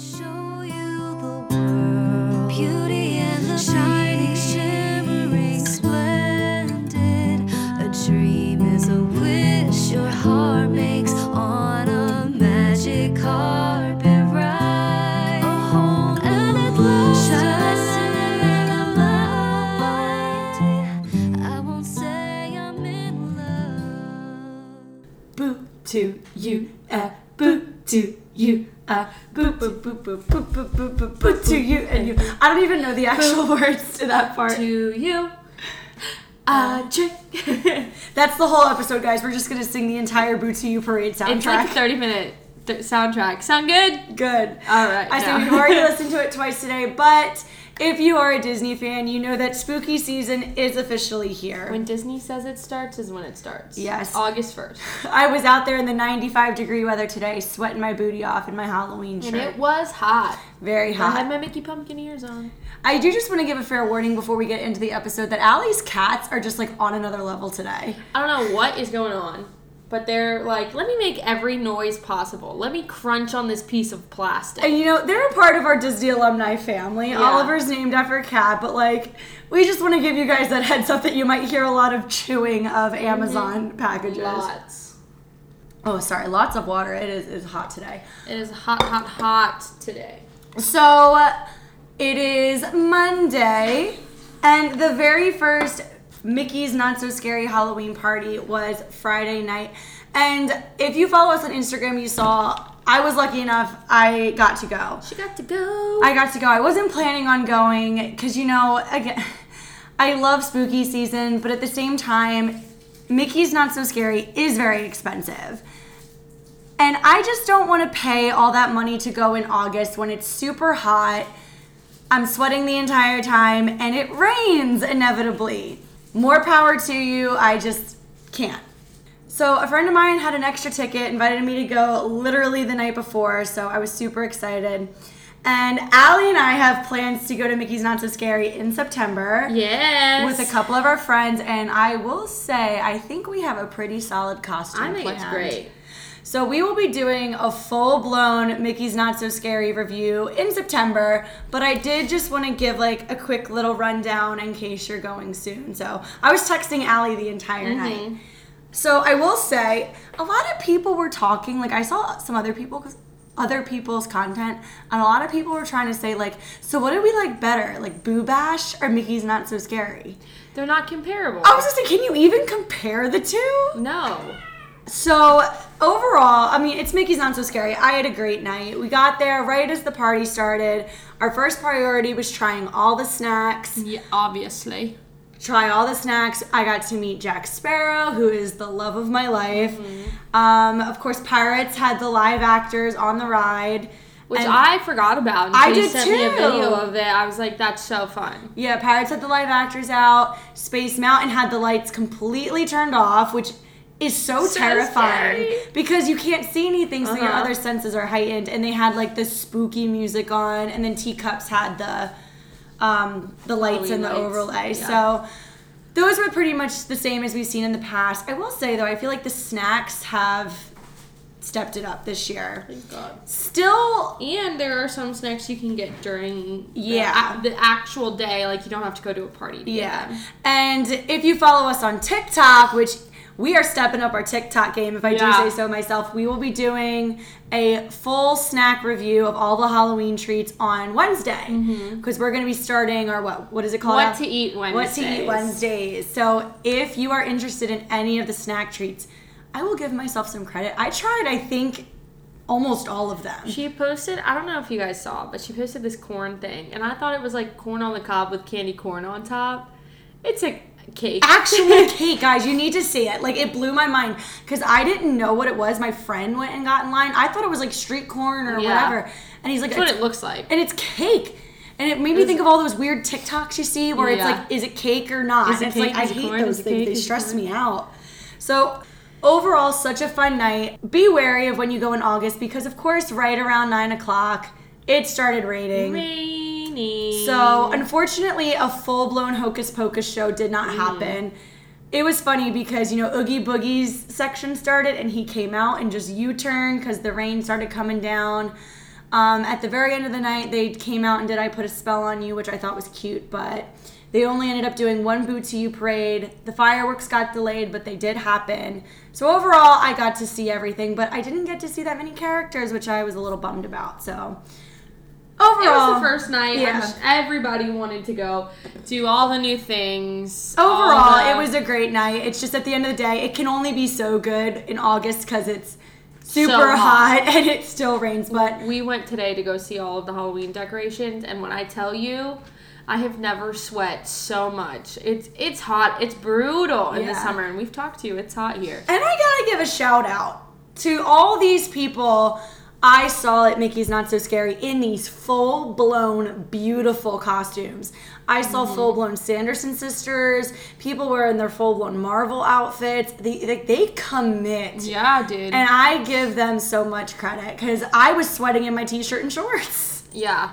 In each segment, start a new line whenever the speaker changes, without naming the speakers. Show you the world. Beauty and the shining, shimmering, splendid. A dream is a wish your heart makes on a magic carpet ride. A home and it looks I won't say I'm in love.
Boo to you, uh, boo to you, uh, boo boo boo boo boo boo boo boo boo to you and you. I don't even know the actual words to that part.
To you.
Uh, trick. That's the whole episode, guys. We're just gonna sing the entire "Boo to You" parade soundtrack.
It's like a 30 minute th- soundtrack. Sound good?
Good.
All right.
I
no.
said we've already listened to it twice today, but if you are a Disney fan, you know that spooky season is officially here.
When Disney says it starts is when it starts.
Yes.
August 1st.
I was out there in the 95 degree weather today, sweating my booty off in my Halloween shirt.
And it was hot.
Very
I
hot.
had my Mickey Pumpkin ears on.
I do just want to give a fair warning before we get into the episode that Allie's cats are just like on another level today.
I don't know what is going on, but they're like, let me make every noise possible. Let me crunch on this piece of plastic.
And you know, they're a part of our Disney alumni family.
Yeah.
Oliver's named after a cat, but like, we just want to give you guys that heads up that you might hear a lot of chewing of Amazon packages.
Lots.
Oh, sorry, lots of water. It is it's hot today.
It is hot, hot, hot today.
So uh, it is Monday, and the very first Mickey's Not So Scary Halloween party was Friday night. And if you follow us on Instagram, you saw I was lucky enough, I got to go.
She got to go.
I got to go. I wasn't planning on going because, you know, again, I love spooky season, but at the same time, Mickey's Not So Scary is very expensive. And I just don't want to pay all that money to go in August when it's super hot. I'm sweating the entire time and it rains inevitably. More power to you. I just can't. So, a friend of mine had an extra ticket, invited me to go literally the night before, so I was super excited. And Allie and I have plans to go to Mickey's Not So Scary in September
yes.
with a couple of our friends, and I will say, I think we have a pretty solid costume.
I think it's
planned.
great.
So we will be doing a full-blown Mickey's Not So Scary review in September, but I did just want to give like a quick little rundown in case you're going soon. So I was texting Allie the entire night. So I will say a lot of people were talking, like I saw some other people other people's content and a lot of people were trying to say like so what did we like better like boo bash or mickey's not so scary
They're not comparable.
i was just like can you even compare the two
no.
so overall, I mean, it's Mickey's Not So Scary. I had a great night. We got there right as the party started. Our first priority was trying all the snacks.
Yeah, obviously.
Try all the snacks. I got to meet Jack Sparrow, who is the love of my life.
Mm-hmm.
Um, of course, Pirates had the live actors on the ride.
Which
And-
I forgot about. Until
I
you
did
sent me a
too.
video of it. I was like, that's so fun.
Yeah, Pirates had the live actors out. Space Mountain had the lights completely turned off, which is so,
So
terrifying
scary.
because you can't see anything, so your
Uh-huh.
other senses are heightened. And they had like the spooky music on, and then Teacups had the um, the lights
Halloween
and the
E lights.
overlay.
Yeah.
So those were pretty much the same as we've seen in the past. I will say though, I feel like the snacks have stepped it up this year.
Thank God.
Still
And there are some snacks you can get during the
Yeah.
a- the, actual day. Like, you don't have to go to a party. To get
Yeah.
them.
And if you follow us on TikTok, which we are stepping up our TikTok game, if I do
Yeah.
say so myself, we will be doing a full snack review of all the Halloween treats on Wednesday. Because we're going to be starting our, what, what is it called?
Mm-hmm. What to eat
What to eat
Wednesdays.
Wednesdays. So if you are interested in any of the snack treats, I will give myself some credit. I tried, I think, almost all of them.
She posted, I don't know if you guys saw, but she posted this corn thing. And I thought it was like corn on the cob with candy corn on top. It's a cake.
actual cake, guys. You need to see it. Like it blew my mind because I didn't know what it was. My friend went and got in line. I thought it was like street corn or
Yeah.
whatever. And he's like,
That's what
"It's-
it looks like.
and it's cake. And it made me think of all those weird TikToks you see where it's
Yeah.
like, is it cake or not?
Is it
it's
cake?
like I
Is it
hate
corn?
those
Is it
things.
cake?
They
Is it
stress
corn?
me out. So overall, such a fun night. Be wary of when you go in August because, of course, right around nine o'clock, it started raining.
Rainy.
So, unfortunately, a full blown Hocus Pocus show did
Mm.
not happen. It was funny because, you know, Oogie Boogie's section started and he came out and just U turned because the rain started coming down. Um, at the very end of the night, they came out and did I Put a Spell on You, which I thought was cute, but they only ended up doing one Boot to You parade. The fireworks got delayed, but they did happen. So overall, I got to see everything, but I didn't get to see that many characters, which I was a little bummed about. So overall,
It was the first night. I'm
Yeah.
sh- everybody wanted to go do all the new things. all
Overall,
the-
it was a great night. It's just at the end of the day, it can only be so good in August because it's super
hot.
hot. and it still rains. But
We went today to go see all of the Halloween decorations, and when I tell you, I have never sweat so much. It's it's hot. It's brutal in the
Yeah.
summer, and we've talked to you. It's hot here.
and I gotta give a shout out to all these people I saw at Mickey's Not So Scary in these full blown beautiful costumes. I saw full blown Sanderson sisters. People were in their full blown Marvel outfits. They, they, they commit.
Yeah, dude.
And I give them so much credit because I was sweating in my t shirt and shorts.
yeah.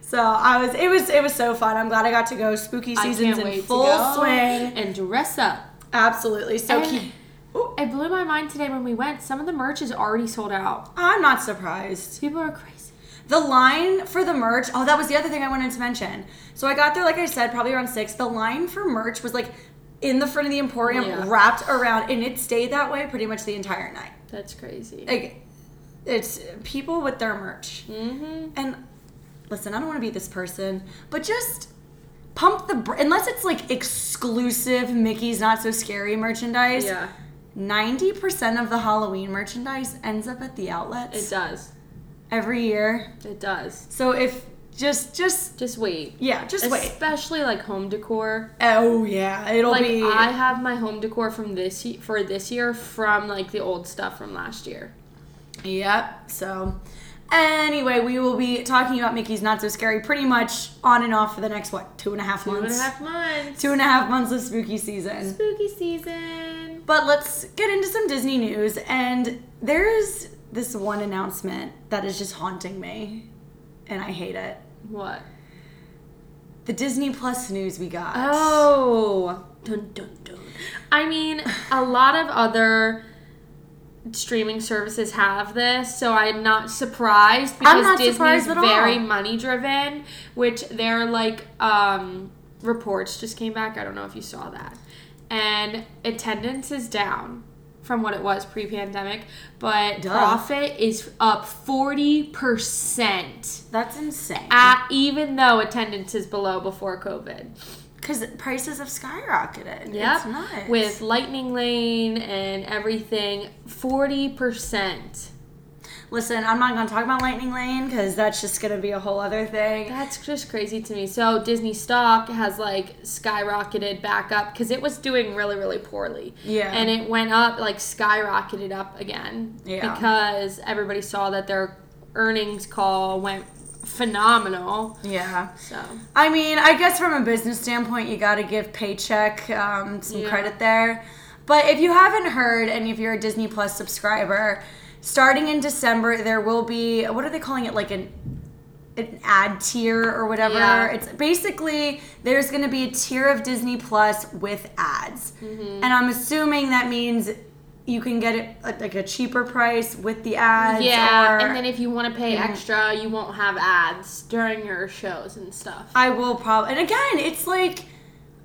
So I was, it was, it was so fun. I'm glad I got to go. Spooky season's in full swing.
and dress up.
Absolutely. So
And-
keep- Ooh,
It blew my mind today when we went. Some of the merch is already sold out.
I'm not surprised.
People are crazy.
The line for the merch. Oh, that was the other thing I wanted to mention. So I got there, like I said, probably around six. The line for merch was like in the front of the emporium,
Yeah.
wrapped around, and it stayed that way pretty much the entire night.
That's crazy.
Like, it's people with their merch.
mm-hmm.
and listen, I don't want to be this person, but just pump the br- unless it's like exclusive Mickey's Not So Scary merchandise.
Yeah,
Ninety percent of the Halloween merchandise ends up at the
it
outlets
does.
every year.
It does.
So if just just
Just wait.
yeah, just wait.
Especially like home decor.
Oh yeah, it'll
like
be.
I have my home decor from this ye- for this year from like the old stuff from last year.
Yep. So, anyway, we will be talking about Mickey's Not So Scary pretty much on and off for the next what two and a half
Two and
months.
a half months.
Two and a half months of spooky season.
Spooky season.
But let's get into some Disney news. And there's this one announcement that is just haunting me. And I hate it.
What?
The Disney Plus news we got.
Oh. Dun dun dun. I mean, a lot of other streaming services have this, so I'm not surprised because
I'm not
Disney's
surprised at all.
very money driven, which they're like um reports just came back. I don't know if you saw that. And attendance is down from what it was pre-pandemic, but
Duh.
profit is up 40%.
That's insane.
At, even though attendance is below before COVID.
Because prices have skyrocketed.
Yep.
It's nuts.
With Lightning Lane and everything, 40%.
Listen, I'm not going to talk about Lightning Lane because that's just going to be a whole other thing.
That's just crazy to me. So Disney stock has like skyrocketed back up because it was doing really, really poorly.
Yeah.
And it went up, like skyrocketed up again.
Yeah.
Because everybody saw that their earnings call went phenomenal.
Yeah.
So
I mean, I guess from a business standpoint, you got to give Paycheck um, some
Yeah.
credit there. But if you haven't heard, and if you're a Disney Plus subscriber, starting in December, there will be what are they calling it? Like an an ad tier or whatever.
Yeah.
It's basically there's going to be a tier of Disney Plus with ads,
Mm-hmm.
and I'm assuming that means you can get it at like a cheaper price with the ads.
yeah,
or-
and then if you want to pay extra, you won't have ads during your shows and stuff.
I will probably. And again, it's like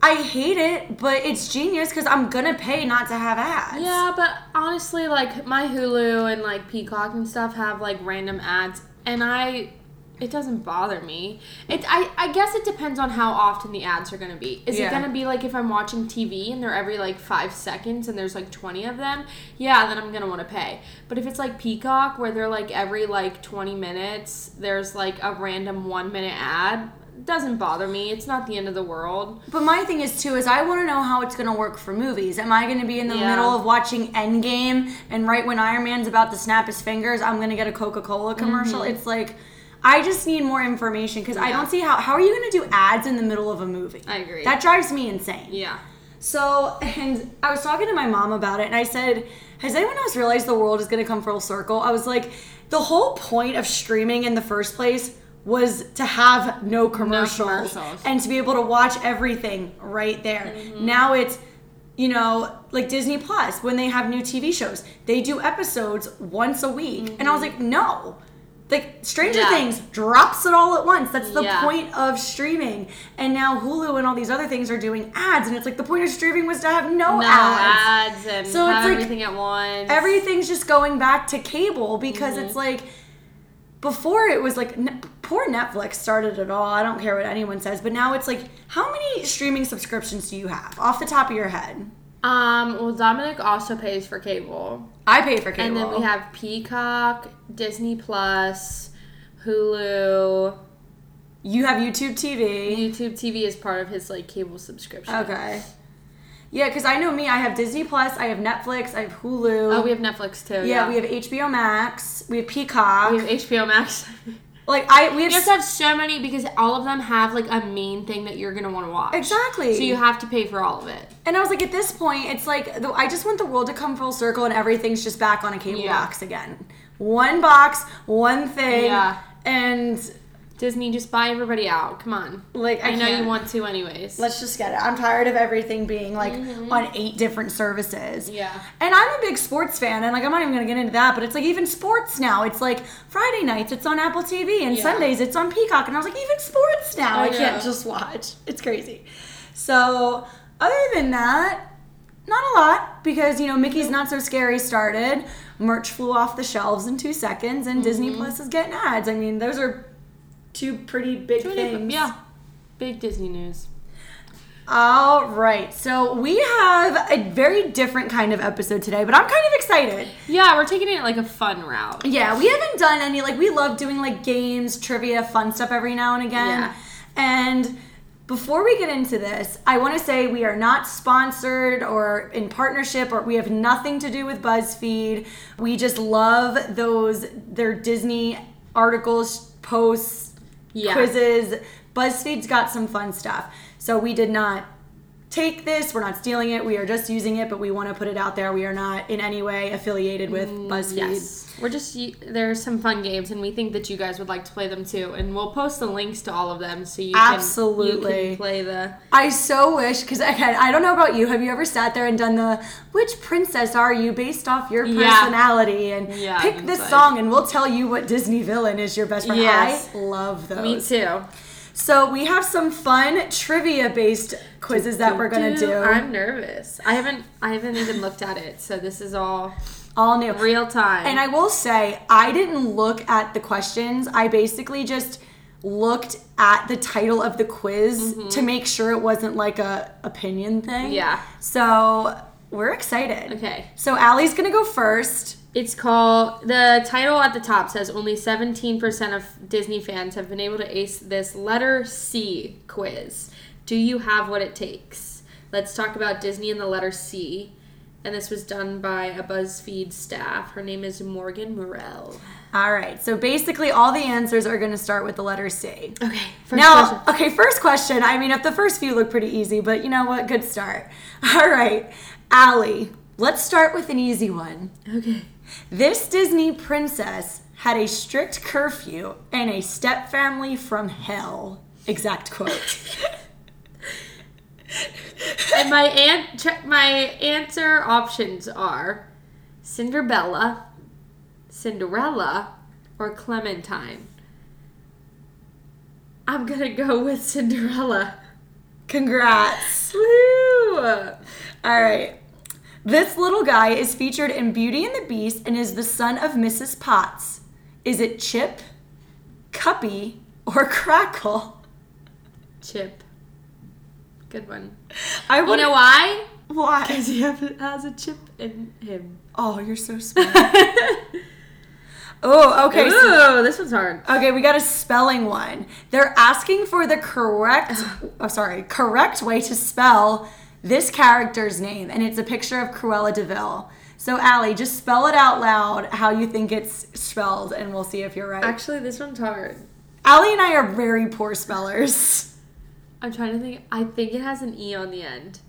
I hate it, but it's genius because I'm gonna pay not to have ads.
Yeah, but honestly, like my Hulu and like Peacock and stuff have like random ads, and I, it doesn't bother me. It I I guess it depends on how often the ads are gonna be. Is
Yeah.
it gonna be like if I'm watching TV and they're every like five seconds and there's like twenty of them? Yeah, then I'm gonna want to pay. But if it's like Peacock where they're like every like twenty minutes there's like a random one minute ad, doesn't bother me. It's not the end of the world.
But my thing is too is I want to know how it's gonna work for movies. Am I gonna be in the
Yeah.
middle of watching Endgame and right when Iron Man's about to snap his fingers, I'm gonna get a Coca Cola commercial? It's like. I just need more information because I
Mm-hmm. Yeah.
don't see how how are you going to do ads in the middle of a movie?
I agree.
That drives me insane.
Yeah.
So, and I was talking to my mom about it, and I said, Has anyone else realized the world is going to come full circle? I was like, The whole point of streaming in the first place was to have no commercials,
commercials. Mm-hmm.
and to be able to watch everything right there. Now it's, you know, like Disney Plus, when they have new TV shows, they do episodes once a week. And I was like, No. Like Stranger
Mm-hmm. Yeah.
Things drops it all at once. That's the
Yeah.
point of streaming. And now Hulu and all these other things are doing ads, and it's like the point of streaming was to have no,
No
ads.
ads, and
So
have
it's like
everything at once.
Everything's just going back to cable because it's
Mm-hmm.
like before it was like ne- poor Netflix started it all. I don't care what anyone says, but now it's like how many streaming subscriptions do you have off the top of your head?
Um. Well, Dominic also pays for cable,
I pay for cable.
and then we have Peacock, Disney Plus, Hulu.
you have YouTube TV.
YouTube TV is part of his like cable subscription.
Okay. Yeah, because I know me. I have Disney Plus. I have Netflix. I have Hulu.
Oh, we have Netflix too.
yeah, we have HBO Max. We have Peacock.
We have HBO Max.
like I, we have,
you just have so many because all of them have like a main thing that you're gonna want to watch.
exactly.
So you have to pay for all of it.
and I was like, at this point, it's like the, I just want the world to come full circle and everything's just back on a cable
Yeah.
box again. One box, one thing.
Yeah.
And
Disney, just buy everybody out. Come on.
like I,
I, know you
can't-
want to, anyways.
Let's just get it. I'm tired of everything being like on eight different services.
Mm-hmm. Yeah.
And I'm a big sports fan, and like I'm not even gonna get into that, but it's like even sports now. It's like Friday nights, it's on Apple TV, and
Yeah.
Sundays, it's on Peacock. And I was like, even sports now,
I
I, can't
know.
just watch. It's crazy. So, other than that, not a lot because you know
Mm-hmm.
Mickey's Not So Scary started. Merch flew off the shelves in two seconds, and Disney
Mm-hmm.
Plus is getting ads. I mean, those are two pretty big things.
Yeah. Big Disney news.
All right, so we have a very different kind of episode today, but I'm kind of excited.
Yeah, we're taking it like a fun route.
Yeah, we haven't done any, like, we love doing like games, trivia, fun stuff every now and again.
Yeah.
And before we get into this, I want to say we are not sponsored or in partnership, or we have nothing to do with BuzzFeed. We just love those, their Disney articles, posts,
Yeah.
quizzes. BuzzFeed's got some fun stuff. So we did not take this. We're not stealing it. We are just using it, but we want to put it out there. We are not in any way affiliated with BuzzFeed.
Mm, Yes. We're just y- there's some fun games and we think that you guys would like to play them too and we'll post the links to all of them so you can- you
Absolutely.
can play the
I so wish because again, I don't know about you. Have you ever sat there and done the which princess are you based off your
Yeah.
personality and
Yeah,
pick
it's
this
like-
song and we'll tell you what Disney villain is your best friend?
Yes.
I love those.
Me too.
So we have some fun trivia based quizzes that we're gonna do.
I'm nervous. I haven't I haven't even looked at it, so this is all
all new.
real time.
And I will say, I didn't look at the questions. I basically just looked at the title of the quiz to make sure it wasn't like a opinion thing.
Mm-hmm. Yeah.
So we're excited.
Okay.
So Allie's gonna go first.
It's called the title at the top says only 17% of Disney fans have been able to ace this letter C quiz. Do you have what it takes? Let's talk about Disney and the letter C. And this was done by a BuzzFeed staff. Her name is Morgan Morell.
All right. So basically, all the answers are gonna start with the letter C.
Okay. First
now,
question.
okay, first question. I mean, if the first few look pretty easy, but you know what? Good start. All right, Allie, let's start with an easy one.
Okay.
This Disney princess had a strict curfew and a stepfamily from hell. Exact quote.
And my aunt, check my answer options are Cinderella, Cinderella, or Clementine. I'm gonna go with Cinderella.
Congrats.
Woo!
All right. This little guy is featured in Beauty and the Beast and is the son of Mrs. Potts. Is it Chip, Cuppy, or Crackle?
Chip. Good one.
I
You
would
know why?
why.
Because he have- Oh. has a chip in him.
Oh, you're so smart. oh, okay. so-
Ooh, this one's hard.
Okay, we got a spelling one. They're asking for the correct, oh, sorry, correct way to spell this character's name, and it's a picture of Cruella Deville. So, Allie, just spell it out loud how you think it's spelled, and we'll see if you're right.
Actually, this one's hard.
Allie and I are very poor spellers.
I'm trying to think. I think it has an E on the end.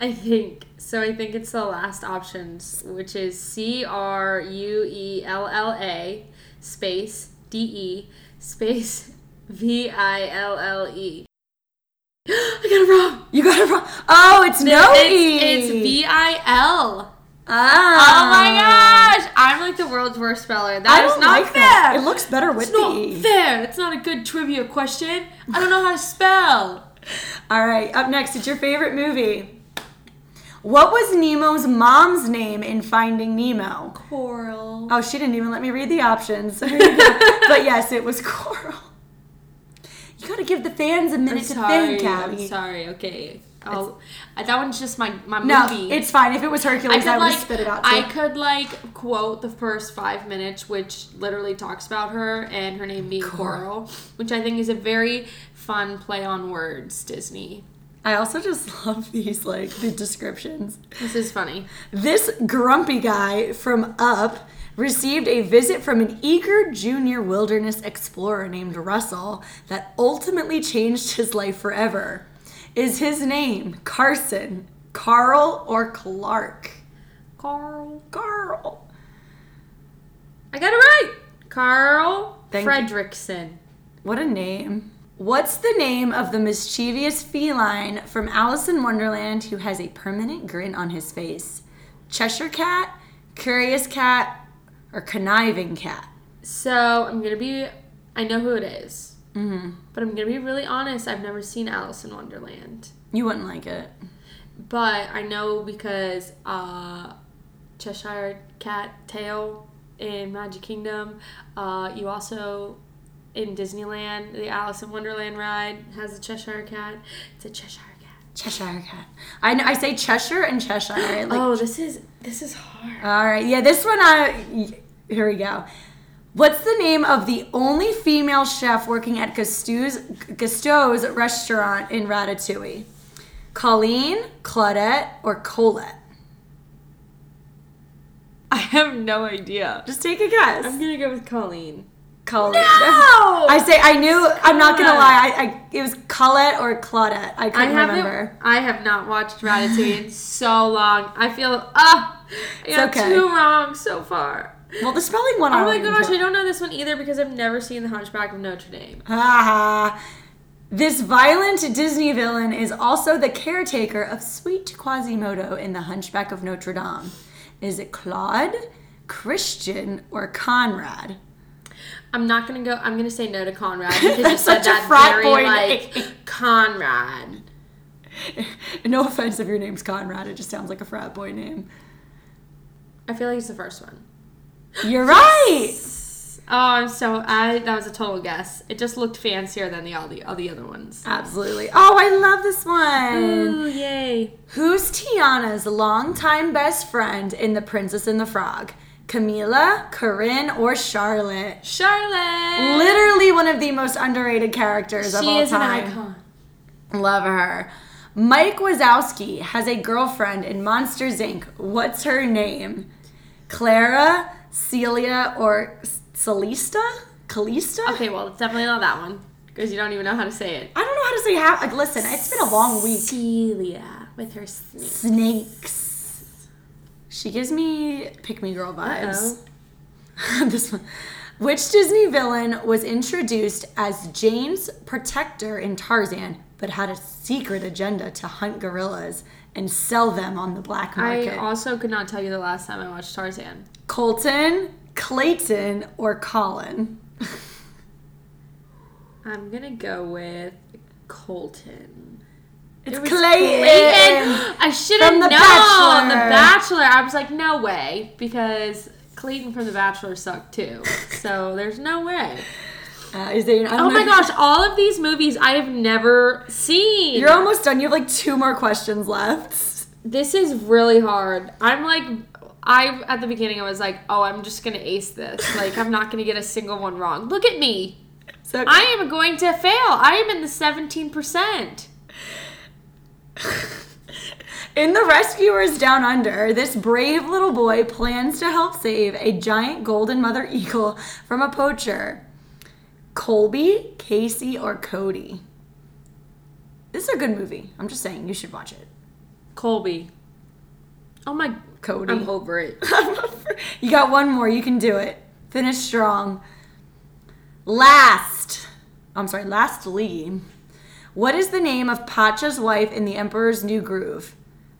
I think. So I think it's the last options, which is C R U E L L A space D E space V I L L E. I got it wrong.
You got it wrong. Oh, it's no
it's,
E.
It's V I L
Ah.
Oh my gosh! I'm like the world's worst speller. That
I
is
don't
not
like
fair.
that. It looks better with
It's not
the E.
fair. It's not a good trivia question. I don't know how to spell.
All right, up next, it's your favorite movie. What was Nemo's mom's name in Finding Nemo?
Coral.
Oh, she didn't even let me read the options. but yes, it was Coral. You gotta give the fans a minute
I'm
to
sorry.
think,
I'm
Callie.
sorry. Okay. I'll, I- that one's just my my
No,
movie.
it's fine. If it was
I
Hercules,
could
I, would
like
spit it out too.
I could like quote the first five minutes, which literally talks about her and her name being
Coral.
Coral, which I think is a very fun play on words. Disney.
I also just love these like the descriptions.
This is funny.
This grumpy guy from Up received a visit from an eager junior wilderness explorer named Russell that ultimately changed his life forever. Is his name Carson, Carl, or Clark?
Carl.
Carl.
I got it right. Carl
Thank you.
Fredrickson.
What a name. What's the name of the mischievous feline from Alice in Wonderland who has a permanent grin on his face? Cheshire Cat, Curious Cat, or Conniving Cat?
So I'm gonna be. I know who it is,
Mm-hmm.
but I'm gonna be really honest. I've never seen Alice in Wonderland,
You wouldn't like it.
but I know because uh, Cheshire Cat Tail in Magic Kingdom. Uh, you also in Disneyland, the Alice in Wonderland ride has a Cheshire Cat. It's a Cheshire Cat.
Cheshire Cat. I know, I say Cheshire and Cheshire. Like,
oh, this is this is hard.
All right. Yeah, this one. I here we go. What's the name of the only female chef working at Gusteau's, Gusteau's restaurant in Ratatouille? Colleen, Claudette, or Colette?
I have no idea.
Just take a
I'm
guess.
gonna go with Colleen.
Colleen.
Oh!
I say I knew. I'm not gonna lie. I, I it was Colette or Claudette. I
I
couldn't
haven't.
remember.
I have not watched Ratatouille in so long. I feel ah, I got
okay.
two wrong so far.
Well, the spelling one. I
Oh my
don't
gosh,
know.
I don't know this one either because I've never seen The Hunchback of Notre Dame.
Ah, this violent Disney villain is also the caretaker of sweet Quasimodo in The Hunchback of Notre Dame. Is it Claude, Christian, or Conrad?
I'm not gonna go. I'm gonna say no to Conrad because you
That's
said
such a
that
frat
very
boy
like
name.
Conrad.
No offense if your name's Conrad, it just sounds like a frat boy name.
I feel like it's the first one.
You're right!
Oh, I'm so I that was a total guess. It just looked fancier than the all the all the other ones.
Absolutely. Oh, I love this one.
Ooh, yay!
Who's Tiana's longtime best friend in The Princess and the Frog? Camila, Corinne, or Charlotte?
Charlotte.
Literally one of the most underrated characters of
she
all
is
time.
an icon.
Love her. Mike Wazowski has a girlfriend in Monsters Inc. What's her name? Clara, Celia, or Celista? Calista?
Okay, well, it's definitely not that one because you don't even know how to say it.
I don't know how to say how. Like, listen, it's been a long week.
Celia with her sneeze.
Snakes. She gives me pick me girl vibes. this one. Which Disney villain was introduced as Jane's protector in Tarzan, but had a secret agenda to hunt gorillas and sell them on the black
I
market?
also could not tell you the last time I watched Tarzan.
Colton, Clayton, or Colin?
I'm gonna go with Colton.
It's
It was
Clayton.
Clayton. I should have
From
known
The
The
Bachelor.
Bachelor. I was like, no way, because Clayton from The Bachelor sucked too. So there's no way.
Uh, is there, I don't
Oh
know-
my gosh, all of these movies I have never seen.
You're almost done. You have like two more questions left.
this is really hard. I'm like, I at the beginning I was like, oh, I'm just gonna ace this. Like, I'm not gonna get a single one wrong. Look at me.
So
I am going to fail. I am in the seventeen percent.
In The Rescuers Down Under, this brave little boy plans to help save a giant golden mother eagle from a poacher. Colby, Casey, or Cody? This is a good movie. I'm just saying, you should watch it.
Colby. Oh my.
Cody.
I'm over it.
you got one more. You can do it. Finish strong. Last. I'm sorry, lastly. What is the name of Pacha's wife in The Emperor's New Groove?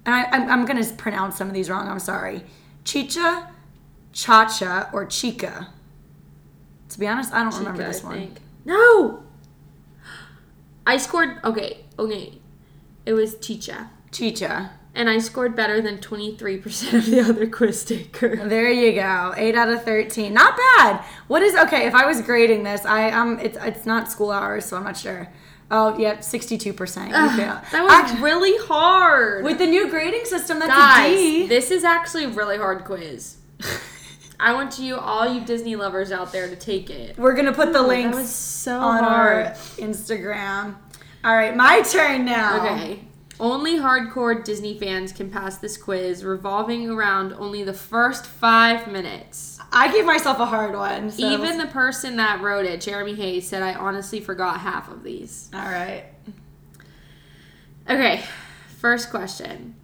and I, I'm, I'm gonna pronounce some of these wrong. I'm sorry. Chicha, Chacha, or Chica. To be honest, I don't remember
Chica,
this
I
one.
think. No. I scored okay. Okay. It was Chicha.
Chicha.
And I scored better than 23% of the other quiz taker.
There you go. Eight out of thirteen. Not bad. What is okay? If I was grading this, I um, it's it's not school hours, so I'm not sure. Oh, yep, sixty-two percent.
That was really hard.
with the new grading system. That's a D.
Guys, this is actually a really hard quiz. I want you, all you Disney lovers out there, to take it.
We're gonna put the links
That was so
on our
hard.
Instagram. All right, my turn now.
Okay. Only hardcore Disney fans can pass this quiz, revolving around only the first five minutes.
I gave myself a hard one. So.
Even the person that wrote it, Jeremy Hayes, said, I honestly forgot half of these.
all right.
Okay, first question.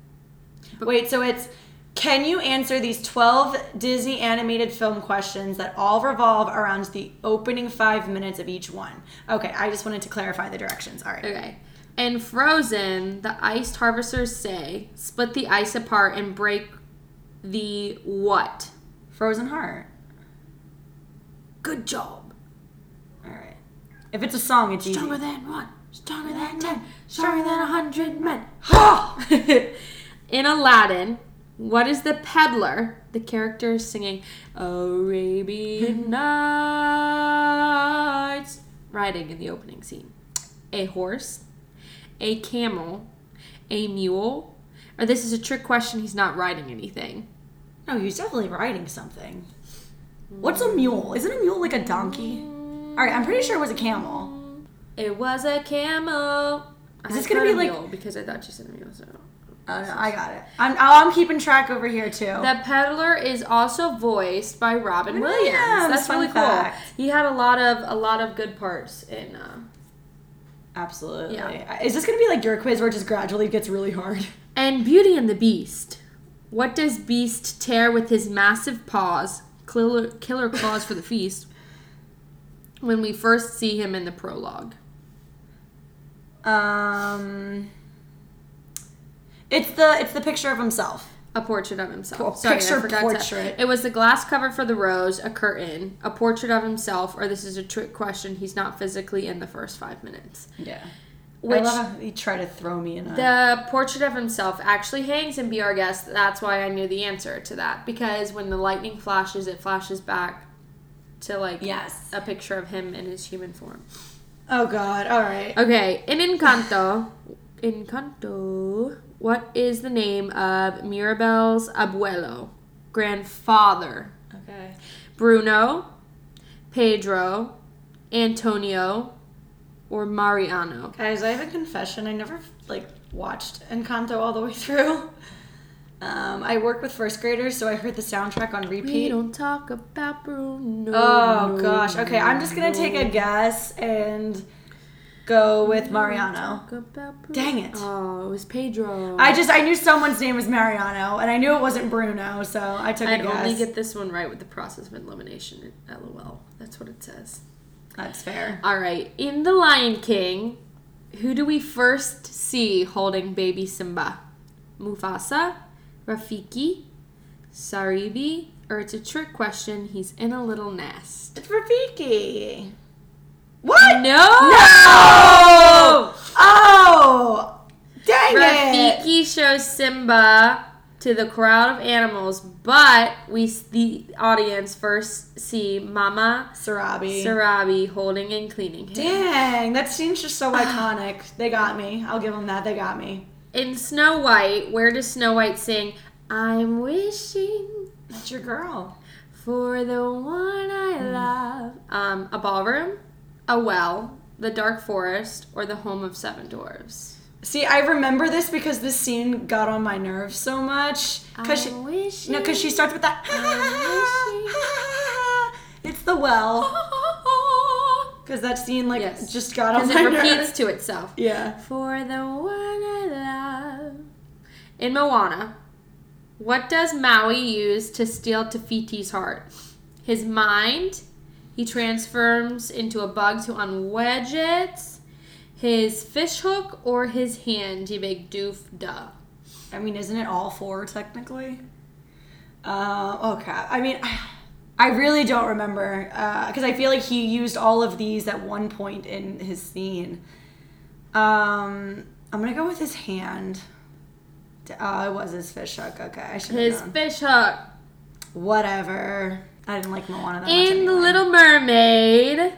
Wait, so it's can you answer these 12 Disney animated film questions that all revolve around the opening five minutes of each one? Okay, I just wanted to clarify the directions. All right.
Okay. In Frozen, the ice harvesters say, split the ice apart and break the what?
Frozen Heart.
Good job.
All right. If it's a song, it's easy.
Stronger than one, stronger than ten, stronger than a hundred men.
Ha!
In Aladdin, what is the peddler? The character is singing Arabian Nights, riding in the opening scene. A horse, a camel, a mule, or this is a trick question, he's not riding anything.
no, he's definitely riding something. What's a mule? Isn't a mule like a donkey? All right, I'm pretty sure it was a camel.
It was a camel.
Is this
I
gonna
put
be
a
like-
mule because I thought you said a mule? So
I don't know, I got it. I'm, oh, I'm keeping track over here too.
the peddler is also voiced by Robin Williams.
Williams,
That's
fun
really
fact.
cool. He had a lot of a lot of good parts in. Uh,
Absolutely.
Yeah.
Is this gonna be like your quiz where it just gradually gets really hard?
and Beauty and the Beast. What does Beast tear with his massive paws, killer, killer claws for the feast? When we first see him in the prologue.
Um, it's the it's the picture of himself.
A portrait of himself.
Cool.
Sorry,
Picture
I forgot
portrait.
To. It was the glass cover for the rose, a curtain, a portrait of himself, or this is a trick question. He's not physically in the first five minutes.
Yeah.
Which
I love how you try to throw me in a.
the portrait of himself actually hangs in Be Our Guest. That's why I knew the answer to that because when the lightning flashes, it flashes back to like
Yes.
a picture of him in his human form.
oh God! All right.
Okay, in Encanto, Encanto, what is the name of Mirabel's abuelo, grandfather?
Okay.
Bruno, Pedro, Antonio, or Mariano?
Guys, I have a confession. I never like watched Encanto all the way through. Um, I work with first graders, so I heard the soundtrack on
We
repeat.
don't talk about Bruno.
Oh
no,
gosh. Okay, I'm just gonna
no.
take a guess and go with Mariano.
Talk about Bruno.
Dang it.
Oh, it was Pedro.
I just I knew someone's name was Mariano, and I knew it wasn't Bruno, so I took a
I'd
guess.
only get this one right with the process of elimination. LOL. That's what it says.
That's fair.
All right. In The Lion King, who do we first see holding baby Simba? Mufasa, Rafiki, Saribi, or it's a trick question. He's in a little nest.
It's Rafiki. What?
No!
Oh, dang it!
Rafiki shows Simba to the crowd of animals, but we s- the audience first see Mama
Sarabi.
Sarabi holding and cleaning him.
dang, that scene's just so iconic. They got me. I'll give them that. They got me.
In Snow White, where does Snow White sing, I'm wishing
That's your girl.
for the one I
Mm.
love? Um, a ballroom, a well, the dark forest, or the home of seven dwarves?
See, I remember this because this scene got on my nerves so much. Cause she,
I'm wishing.
no, because she starts with that.
I'm
it's the well. Because that scene like
Yes.
just got on
Because
Oh my
it repeats
nerves.
to itself.
Yeah.
For the one I love. In Moana, what does Maui use to steal Tafiti's heart? His mind. He transforms into a bug to unwedge it. His fish hook or his hand, you big doof duh.
I mean, isn't it all four technically? Uh, oh crap! I mean, I really don't remember because I feel like he used all of these at one point in his scene. Um, I'm gonna go with his hand. Oh, it was his fish hook. Okay, I should have
His
known.
fish hook
Whatever. I didn't like Moana that much.
in The
anyway.
Little Mermaid,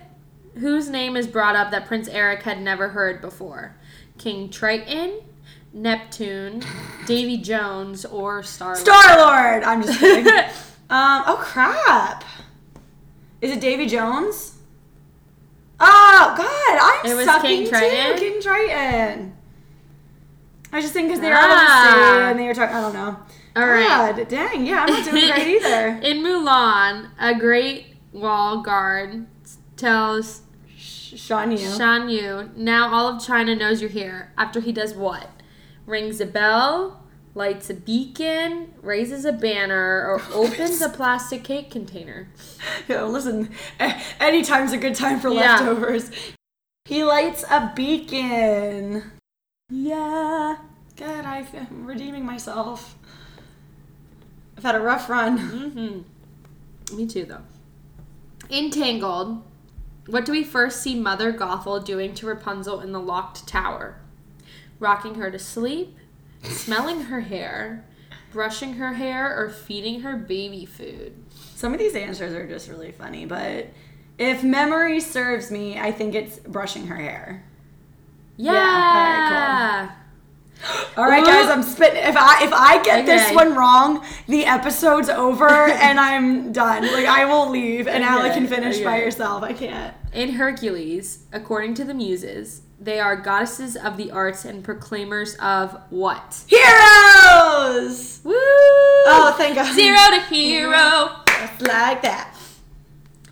whose name is brought up that Prince Eric had never heard before. King Triton, Neptune, Davy Jones, or Star.
Star Lord. I'm just kidding. um. Oh crap. Is it Davy Jones? Oh God, I'm
It was
sucking
King Triton?
too. King Triton. I just think because they were out of the
Ah.
sea and they were talking. I don't know.
All right.
God, dang. Yeah, I'm not doing great either.
In Mulan, a great wall guard tells
Sh- Sean, you.
Shan Yu, now all of China knows you're here. After he does what? Rings a bell, lights a beacon, raises a banner, or opens a plastic cake container.
Yo, listen, a- anytime's a good time for
Yeah.
leftovers. He lights a beacon. Yeah. Good, I f- I'm redeeming myself. I've had a rough run.
Mm-hmm. Me too, though. Entangled. What do we first see Mother Gothel doing to Rapunzel in the locked tower? Rocking her to sleep, smelling her hair, brushing her hair, or feeding her baby food?
Some of these answers are just really funny, but if memory serves me, I think it's brushing her hair.
Yeah.
alright, All right, guys,
Ooh.
I'm spitting. If I if I get this
Okay.
one wrong, the episode's over and I'm done. Like I will leave, and Allie
Okay,
can finish by
okay.
herself. I can't.
In Hercules, according to the Muses, they are goddesses of the arts and proclaimers of what?
Heroes!
Woo!
Oh,
Oh,
thank God.
zero to hero.
Just like that.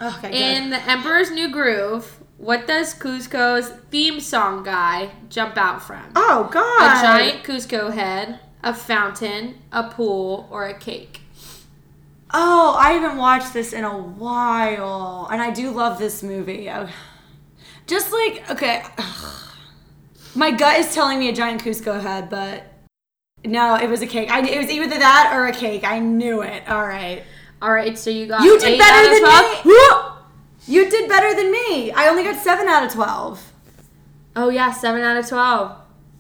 Okay, good.
In The Emperor's New Groove, what does Cusco's theme song guy jump out from?
Oh,
A
God.
giant Cusco head, a fountain, a pool, or a cake?
Oh, I haven't watched this in a while. And I do love this movie. Oh. Just like, okay. My gut is telling me a giant Cusco head, but no, it was a cake. I, it was either that or a cake. I knew it. All right.
All right, so you got
You did
Uh, eight
better
out of
than
12?
me. You did better than me. I only got 7 out of 12.
Oh yeah, seven out of twelve.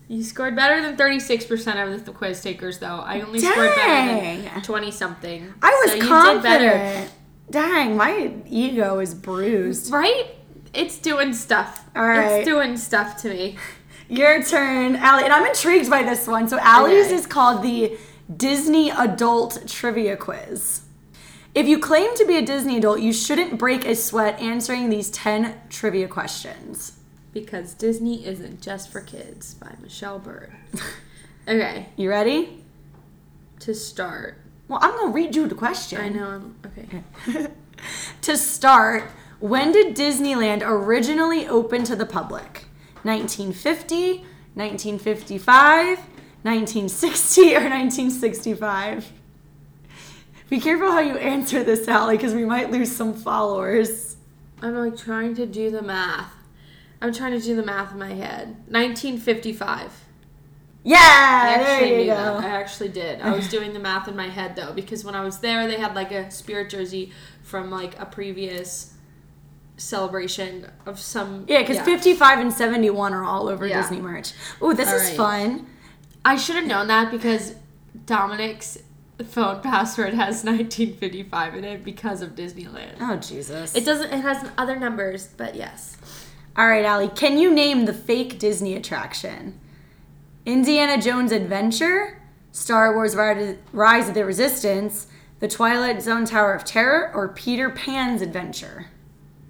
You scored better than thirty-six percent of the th- quiz takers, though. I only scored better
Dang.
than twenty something.
I was
so
confident.
You did better,
Dang, my ego is bruised.
right? It's doing stuff.
All right.
it's doing stuff to me.
Your turn, Allie. And I'm intrigued by this one. So Allie's
Okay.
is called the Disney Adult Trivia Quiz. If you claim to be a Disney adult, you shouldn't break a sweat answering these 10 trivia questions.
Because Disney isn't just for kids by Michelle Bird. Okay,
You ready?
to start.
Well, I'm going to read you the question.
I know I'm okay.
to start, when did Disneyland originally open to the public? 1950, 1955, 1960, or 1965? Be careful how you answer this, Allie, because we might lose some followers.
I'm like trying to do the math. I'm trying to do the math in my head. 1955. I
Yeah, Ah, there
actually
you
knew
go.
that. I actually did. I was doing the math in my head though, because when I was there, they had like a spirit jersey from like a previous celebration of some.
Yeah, because 55 and 71 are all over
Yeah.
Disney merch. Ooh, this
All
is
right.
fun.
I should have known that because Dominic's phone password has 1955 in it because of Disneyland.
Oh, Jesus.
It doesn't. It has other numbers, but yes.
All right, Allie, can you name the fake Disney attraction? Indiana Jones Adventure, Star Wars Ri- Rise of the Resistance, The Twilight Zone Tower of Terror, or Peter Pan's Adventure?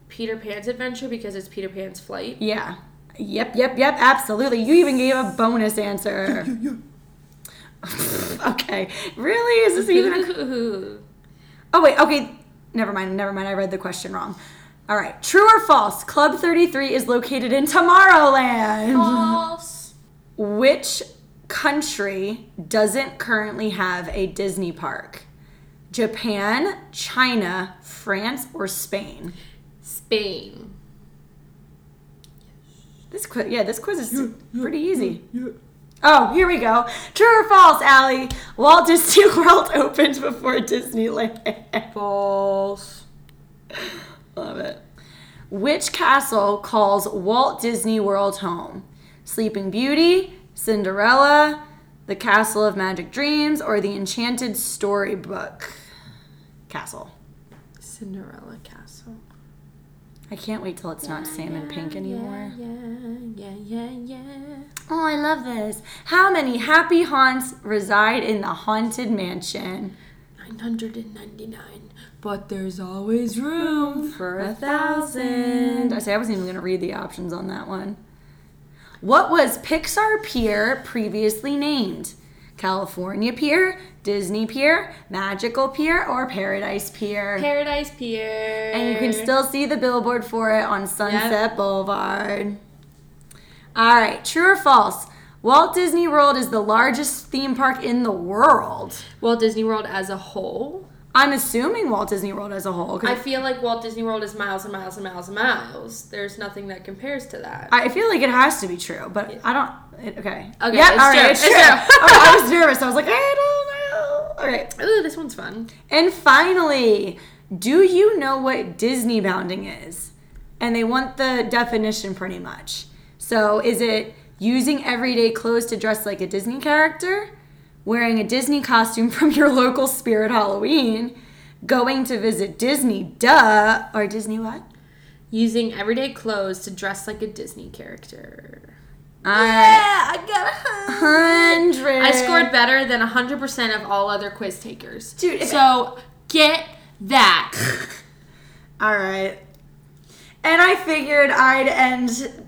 Peter Pan's Adventure because it's Peter Pan's flight.
Yeah. Yep, yep, yep, absolutely. You even gave a bonus answer. okay. Really? Is this even a Oh wait, okay. Never mind, never mind. I read the question wrong. All right. True or false? Club 33 is located in Tomorrowland.
False.
Which country doesn't currently have a Disney park? Japan, China, France, or Spain?
Spain.
This quiz, yeah, this quiz is pretty easy. Oh, here we go. True or false, Allie? Walt Disney World opened before Disneyland.
False.
Love it. Which castle calls Walt Disney World home? Sleeping Beauty, Cinderella, the Castle of Magic Dreams, or the Enchanted Storybook Castle?
Cinderella Castle.
I can't wait till it's not salmon pink anymore.
Yeah, yeah, yeah, yeah.
Oh, I love this. How many happy haunts reside in the haunted mansion?
999. But there's always room for a
thousand. I say I wasn't even gonna read the options on that one. What was Pixar Pier previously named? California Pier, Disney Pier, Magical Pier, or Paradise Pier?
Paradise Pier.
and you can still see the billboard for it on Sunset Boulevard. All right, true or false? Walt Disney World is the largest theme park in the world.
Walt Disney World as a whole.
I'm assuming Walt Disney World as a whole. 'cause
I feel like Walt Disney World is miles and miles and miles and miles. There's nothing that compares to that.
I feel like it has to be true, but I don't. It, okay.
Okay,
Yeah.
it's
all right.
true,
It's true.
it's true.
All right, I was nervous. I was like, I don't know. All right.
Ooh, this one's fun.
And finally, do you know what Disney bounding is? And they want the definition pretty much. So is it using everyday clothes to dress like a Disney character? Wearing a Disney costume from your local spirit Halloween? Going to visit Disney, duh, or Disney what?
Using everyday clothes to dress like a Disney character.
Yeah, I got a hundred.
I scored better than 100% of all other quiz takers.
Dude, if-
so get that.
All right. And I figured I'd end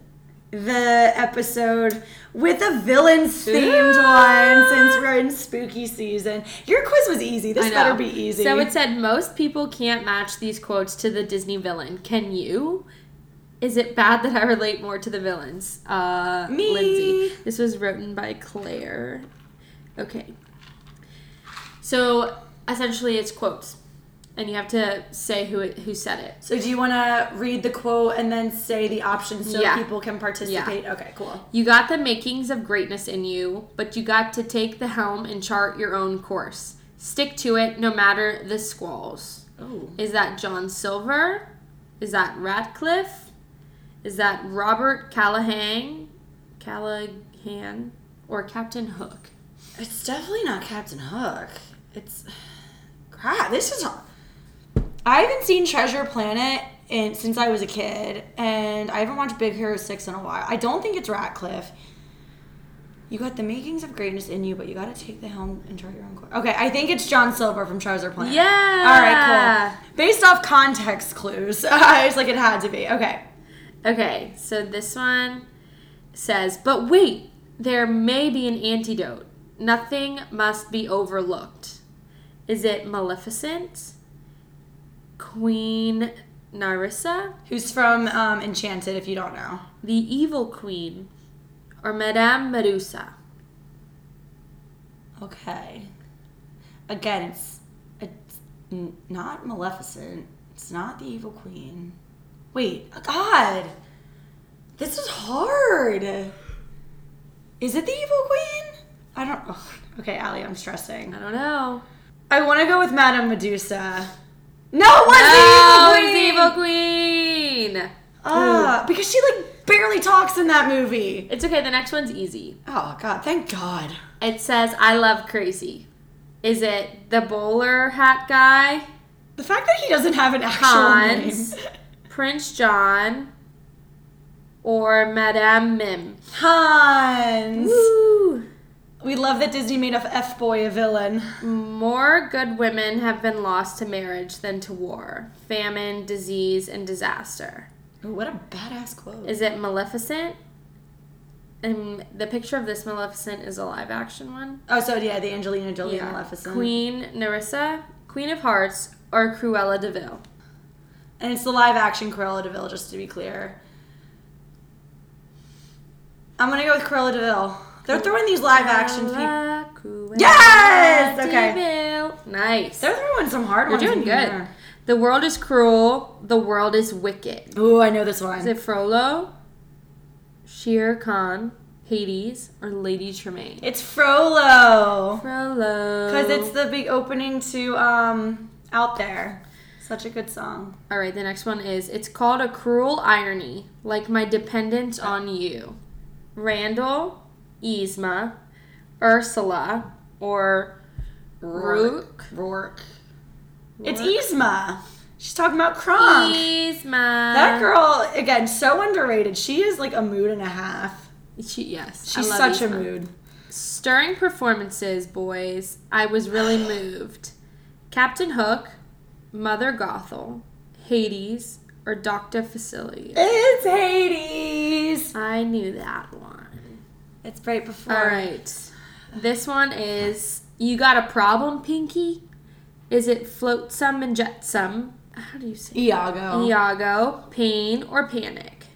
the episode with a villains themed one since we're in spooky season. Your quiz was easy. This
I know.
better be easy.
So it said most people can't match these quotes to the Disney villain. Can you? Is it bad that I relate more to the villains? Uh,
Me.
Lindsay. This was written by Claire. Okay. So essentially, it's quotes, and you have to say who it, who said it.
So do you want to read the quote and then say the options so
Yeah.
people can participate? Okay, cool.
You got the makings of greatness in you, but you got to take the helm and chart your own course. Stick to it, no matter the squalls.
Oh.
Is that John Silver? Is that Ratcliffe? Is that Robert Callahan? Callahan? Or Captain Hook?
It's definitely not Captain Hook. It's crap. This is. I haven't seen Treasure Planet in, since I was a kid, and I haven't watched Big Hero Six in a while. I don't think it's Ratcliffe. You got the makings of greatness in you, but you got to take the helm and chart your own course. Okay, I think it's John Silver from Treasure Planet.
Yeah!
All right, cool. Based off context clues, I was like, it had to be. Okay.
Okay, so this one says, but wait, there may be an antidote. Nothing must be overlooked. Is it Maleficent? Queen Narissa?
Who's from um, Enchanted? If you don't know,
The Evil Queen? Or Madame Medusa?
Okay. Again, it's it's n- not Maleficent. It's not the Evil Queen. Wait, oh, God, this is hard. Is it the Evil Queen? I don't. ugh. Okay, Allie, I'm stressing.
I don't know.
I want to go with Madame Medusa. No, it was
Oh,
the
it's
Evil
the
Queen.
Evil Queen.
Ah, because she like barely talks in that movie.
It's okay. The next one's easy.
Oh God, thank God.
It says, "I love crazy." Is it the bowler hat guy,
The fact that he doesn't have an actual
Hans.
name.
Prince John, or Madame Mim?
Hans.
Woo!
We love that Disney made a F boy a villain.
More good women have been lost to marriage than to war, famine, disease, and disaster.
Ooh, what a badass quote.
Is it Maleficent? And the picture of this Maleficent is a live action one.
oh, so yeah, the Angelina Jolie Maleficent.
Queen Narissa, Queen of Hearts, or Cruella De Vil.
And it's the live action Cruella DeVille, just to be clear. I'm gonna go with Cruella DeVille. They're throwing these live action. Pe-
Cruella, Cruella
Yes!
De
Okay.
Vil. Nice.
They're throwing some hard
You're
ones.
doing
in
good.
here.
The world is cruel. The world is wicked.
Ooh, I know this one.
Is it Frollo, Shere Khan, Hades, or Lady Tremaine?
It's Frollo.
Frollo.
Because it's the big opening to um Out There. Such a good song.
All right, the next one is it's called a cruel irony, like my dependence on you. Randall, Yzma, Ursula, or Rook. Rourke.
It's Yzma. She's talking about Kronk.
Yzma.
that girl, again, so underrated. She is like a mood and a half.
She, yes, I
She's
love
such a
Yzma.
mood.
Stirring performances, boys. I was really moved. Captain Hook, Mother Gothel, Hades, or Doctor Facilier.
It's Hades.
I knew that one.
It's right before.
All right. This one is you got a problem, Pinky? Is it floatsome and jetsome? How do you say?
Iago.
Iago, pain or panic?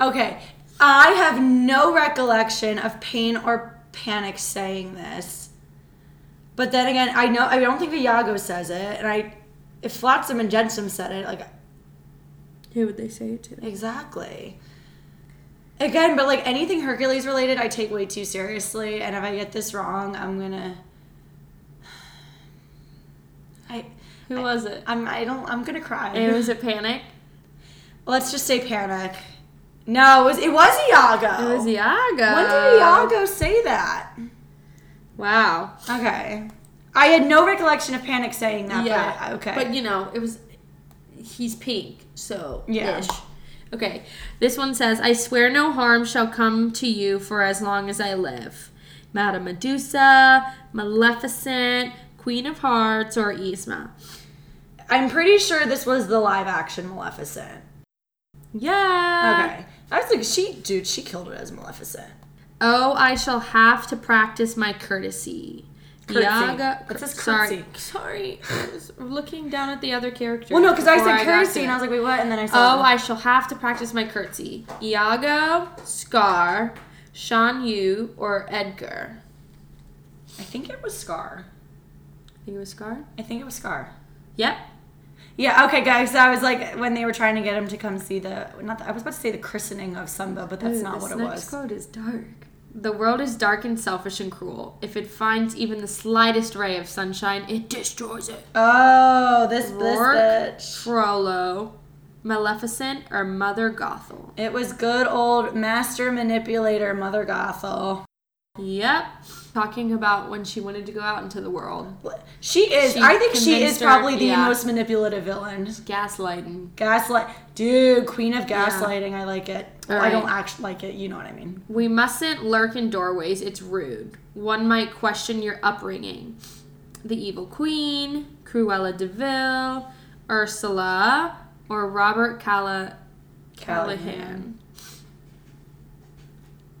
Okay. I have no recollection of pain or panic saying this. But then again, I know I don't think Iago says it, and I if Flotsam and Jetsam said it, like
Who would they say it to?
exactly. Again, but like anything Hercules related, I take way too seriously, and if I get this wrong, I'm gonna. I,
Who was it?
I'm, I don't, I'm gonna cry.
It was it panic.
Let's just say panic. No, it was, it was Iago.
It was Iago.
Oh. When did Iago say that?
Wow.
Okay. I had no recollection of Panic saying that, but uh, okay.
But you know, it was. He's pink, so
Yeah.
ish. Okay. This one says, "I swear no harm shall come to you for as long as I live." Madame Medusa, Maleficent, Queen of Hearts, or Yzma.
I'm pretty sure this was the live action Maleficent.
Yeah.
Okay. I was like, she, dude, she killed it as Maleficent.
Oh, I shall have to practice my courtesy.
Curtsy.
Iago.
It says
sorry,
curtsy.
sorry. I was looking down at the other character.
Well, no, because I said
courtesy
courtesy, and I was like, wait, what? And then I saw.
Oh, I shall have to practice my curtsy. Iago, Scar, Sean Yu, or Edgar.
I think it was Scar.
I think it was Scar.
I think it was Scar.
Yep.
Yeah, okay, guys. I was like, when they were trying to get him to come see the, not the, I was about to say the christening of Simba, but that's
Ooh,
not
this
what it
next
was.
quote is dark. The world is dark and selfish and cruel. If it finds even the slightest ray of sunshine, it destroys it.
Oh, this, this
Rourke,
bitch.
Frollo, Maleficent, or Mother Gothel.
It was good old master manipulator Mother Gothel.
Yep. Talking about when she wanted to go out into the world.
She is.
She
I think she is
convinced her-
probably the
yeah.
most manipulative villain.
Gaslighting.
Gaslight, dude, queen of gaslighting. I like it. Well, I
Alright.
don't actually like it. You know what I mean?
We mustn't lurk in doorways, it's rude. One might question your upbringing. The Evil Queen, Cruella de Vil, Ursula, or Robert Calla- Callahan.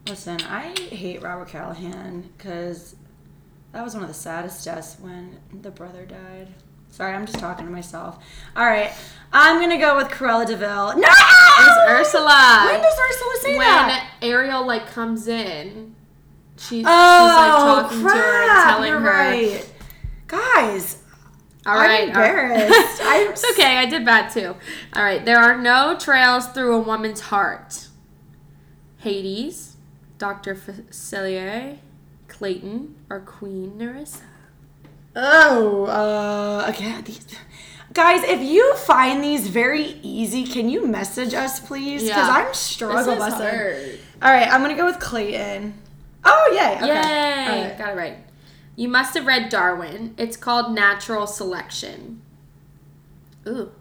Listen, I hate Robert Callahan because that was one of the saddest deaths when the brother died. Sorry, I'm just talking to myself. All right, I'm gonna go with Cruella Deville. No,
It's Ursula.
When does Ursula say
When
that?
Ariel like comes in,
Oh,
she, she's like talking
crap!
to her and telling
You're
her.
right, guys.
All
I'm
right, all right.
embarrassed. I'm
it's okay. I did bad too. All right. There are no trails through a woman's heart. Hades, Doctor Facilier, Clayton, or Queen Nerissa.
Oh, uh, okay. These guys, if you find these very easy, can you message us, please? Because
Yeah.
I'm struggle busting. All right, I'm gonna go with Clayton. Oh, yay! Okay.
Yay!
All right.
Got it right. You must have read Darwin. It's called natural selection. Ooh.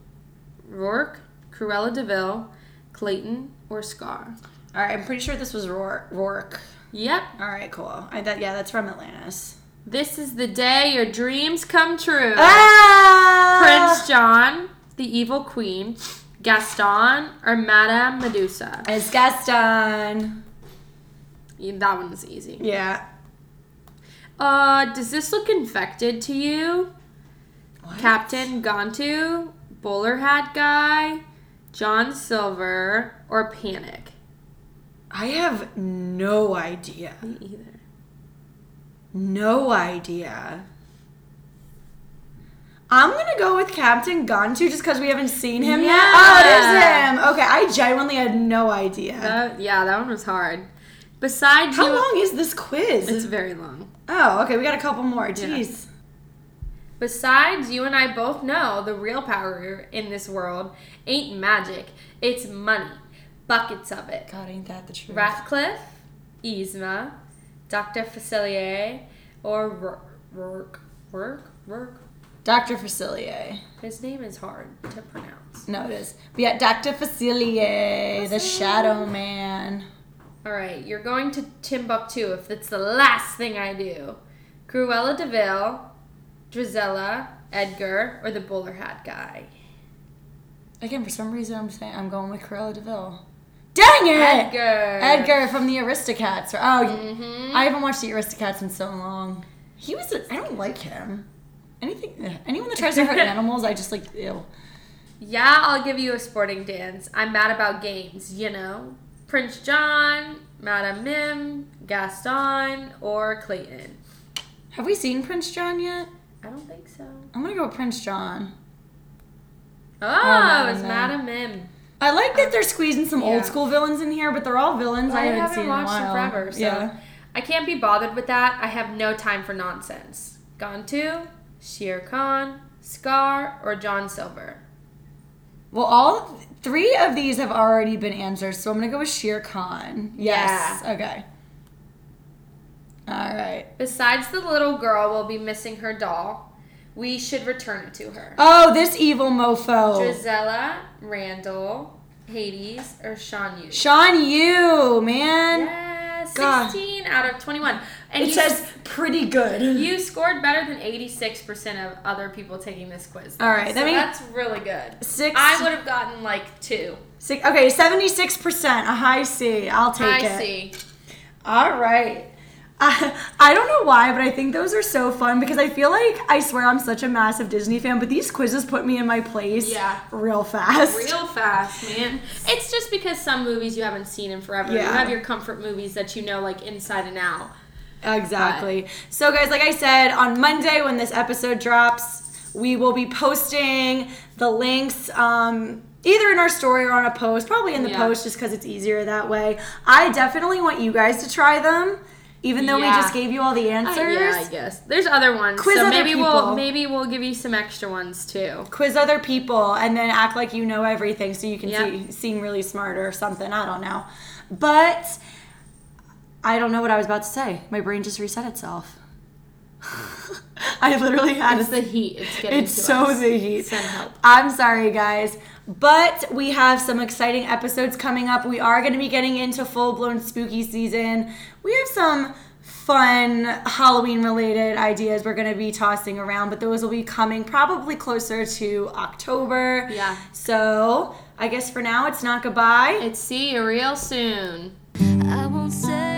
Rourke, Cruella Deville, Clayton, or Scar.
All right, I'm pretty sure this was Rourke. Rourke.
Yep.
All right, cool. I that yeah, that's from Atlantis.
This is the day your dreams come true.
Ah!
Prince John, the Evil Queen, Gaston, or Madame Medusa.
It's Gaston.
That one's easy.
Yeah.
Uh, does this look infected to you?
What?
Captain Gontu, Bowler Hat Guy, John Silver, or Panic?
I have no idea.
Me either.
No idea. I'm gonna go with Captain Gontu just because we haven't seen him yet. Oh, it is
Yeah.
him. Okay, I genuinely had no idea.
That, yeah, that one was hard. Besides
How
you,
long is this quiz?
it's very long.
oh, okay, we got a couple more. Jeez.
Besides, you and I both know the real power in this world ain't magic, it's money. Buckets of it.
God, ain't that the truth?
Ratcliffe, Yzma, Dr. Facilier, or Rourke. Rourke? Rourke? Rourke?
Dr. Facilier.
His name is hard to pronounce.
No, it is. But yeah, Dr. Facilier, the shadow man.
Alright, you're going to Timbuktu if it's the last thing I do. Cruella DeVille, Drizella, Edgar, or the bowler hat guy.
Again, for some reason, I'm saying I'm going with Cruella Deville. Dang it!
Edgar!
Edgar from the Aristocats. Or, oh, I haven't watched the Aristocats in so long. He was. A, I don't like him. Anything. ugh. Anyone that tries to hurt animals, I just like. Ew.
Yeah, I'll give you a sporting dance. I'm mad about games, you know? Prince John, Madame Mim, Gaston, or Clayton.
Have we seen Prince John yet?
I don't think so.
I'm gonna go with Prince John.
Oh,
Madame
it's
Mim.
Madame Mim.
I like that they're squeezing some
Yeah.
old school villains in here, but they're all villains I,
I
haven't,
haven't
seen
watched
in a
it
while.
forever, so
Yeah.
I can't be bothered with that. I have no time for nonsense. Gantu, Shere Khan, Scar, or John Silver.
Well, all three of these have already been answered, so I'm gonna go with Shere Khan. Yes. Okay. All right.
Besides, the little girl will be missing her doll. We should return it to her.
Oh, this evil mofo.
Drizella, Randall, Hades, or Sean Yu.
Sean Yu, man.
Yes,
God.
16 out of 21. And
It
you,
says pretty good.
you scored better than 86% of other people taking this quiz.
All right,
So
that mean-
that's really good.
Six,
I would have gotten like two.
six okay, 76%, a high C. I'll take
I
it.
see.
All right. I, I don't know why, but I think those are so fun because I feel like I swear I'm such a massive Disney fan, but these quizzes put me in my place
Yeah.
real fast.
Real fast, man. It's just because some movies you haven't seen in forever. You
Yeah.
have your comfort movies that you know like inside and out.
Exactly. so, guys, like I said, on Monday when this episode drops, we will be posting the links um, either in our story or on a post, probably in the
Yeah.
post just because it's easier that way. I definitely want you guys to try them, even though
Yeah.
we just gave you all the
I-
answers.
yeah, I guess. There's other ones.
Quiz
so
other
maybe we'll
people.
maybe we'll give you some extra ones too.
quiz other people and then act like you know everything so you can
Yeah.
see, seem really smart or something. I don't know. But I don't know what I was about to say. My brain just reset itself. I literally had
It's
to
the heat. It's getting
it's
to
so
us.
the heat.
Send help.
I'm sorry, guys. But we have some exciting episodes coming up. We are going to be getting into full blown spooky season. We have some fun Halloween related ideas we're going to be tossing around, but those will be coming probably closer to October.
Yeah.
So I guess for now, it's not goodbye.
It's see you real soon.
I won't say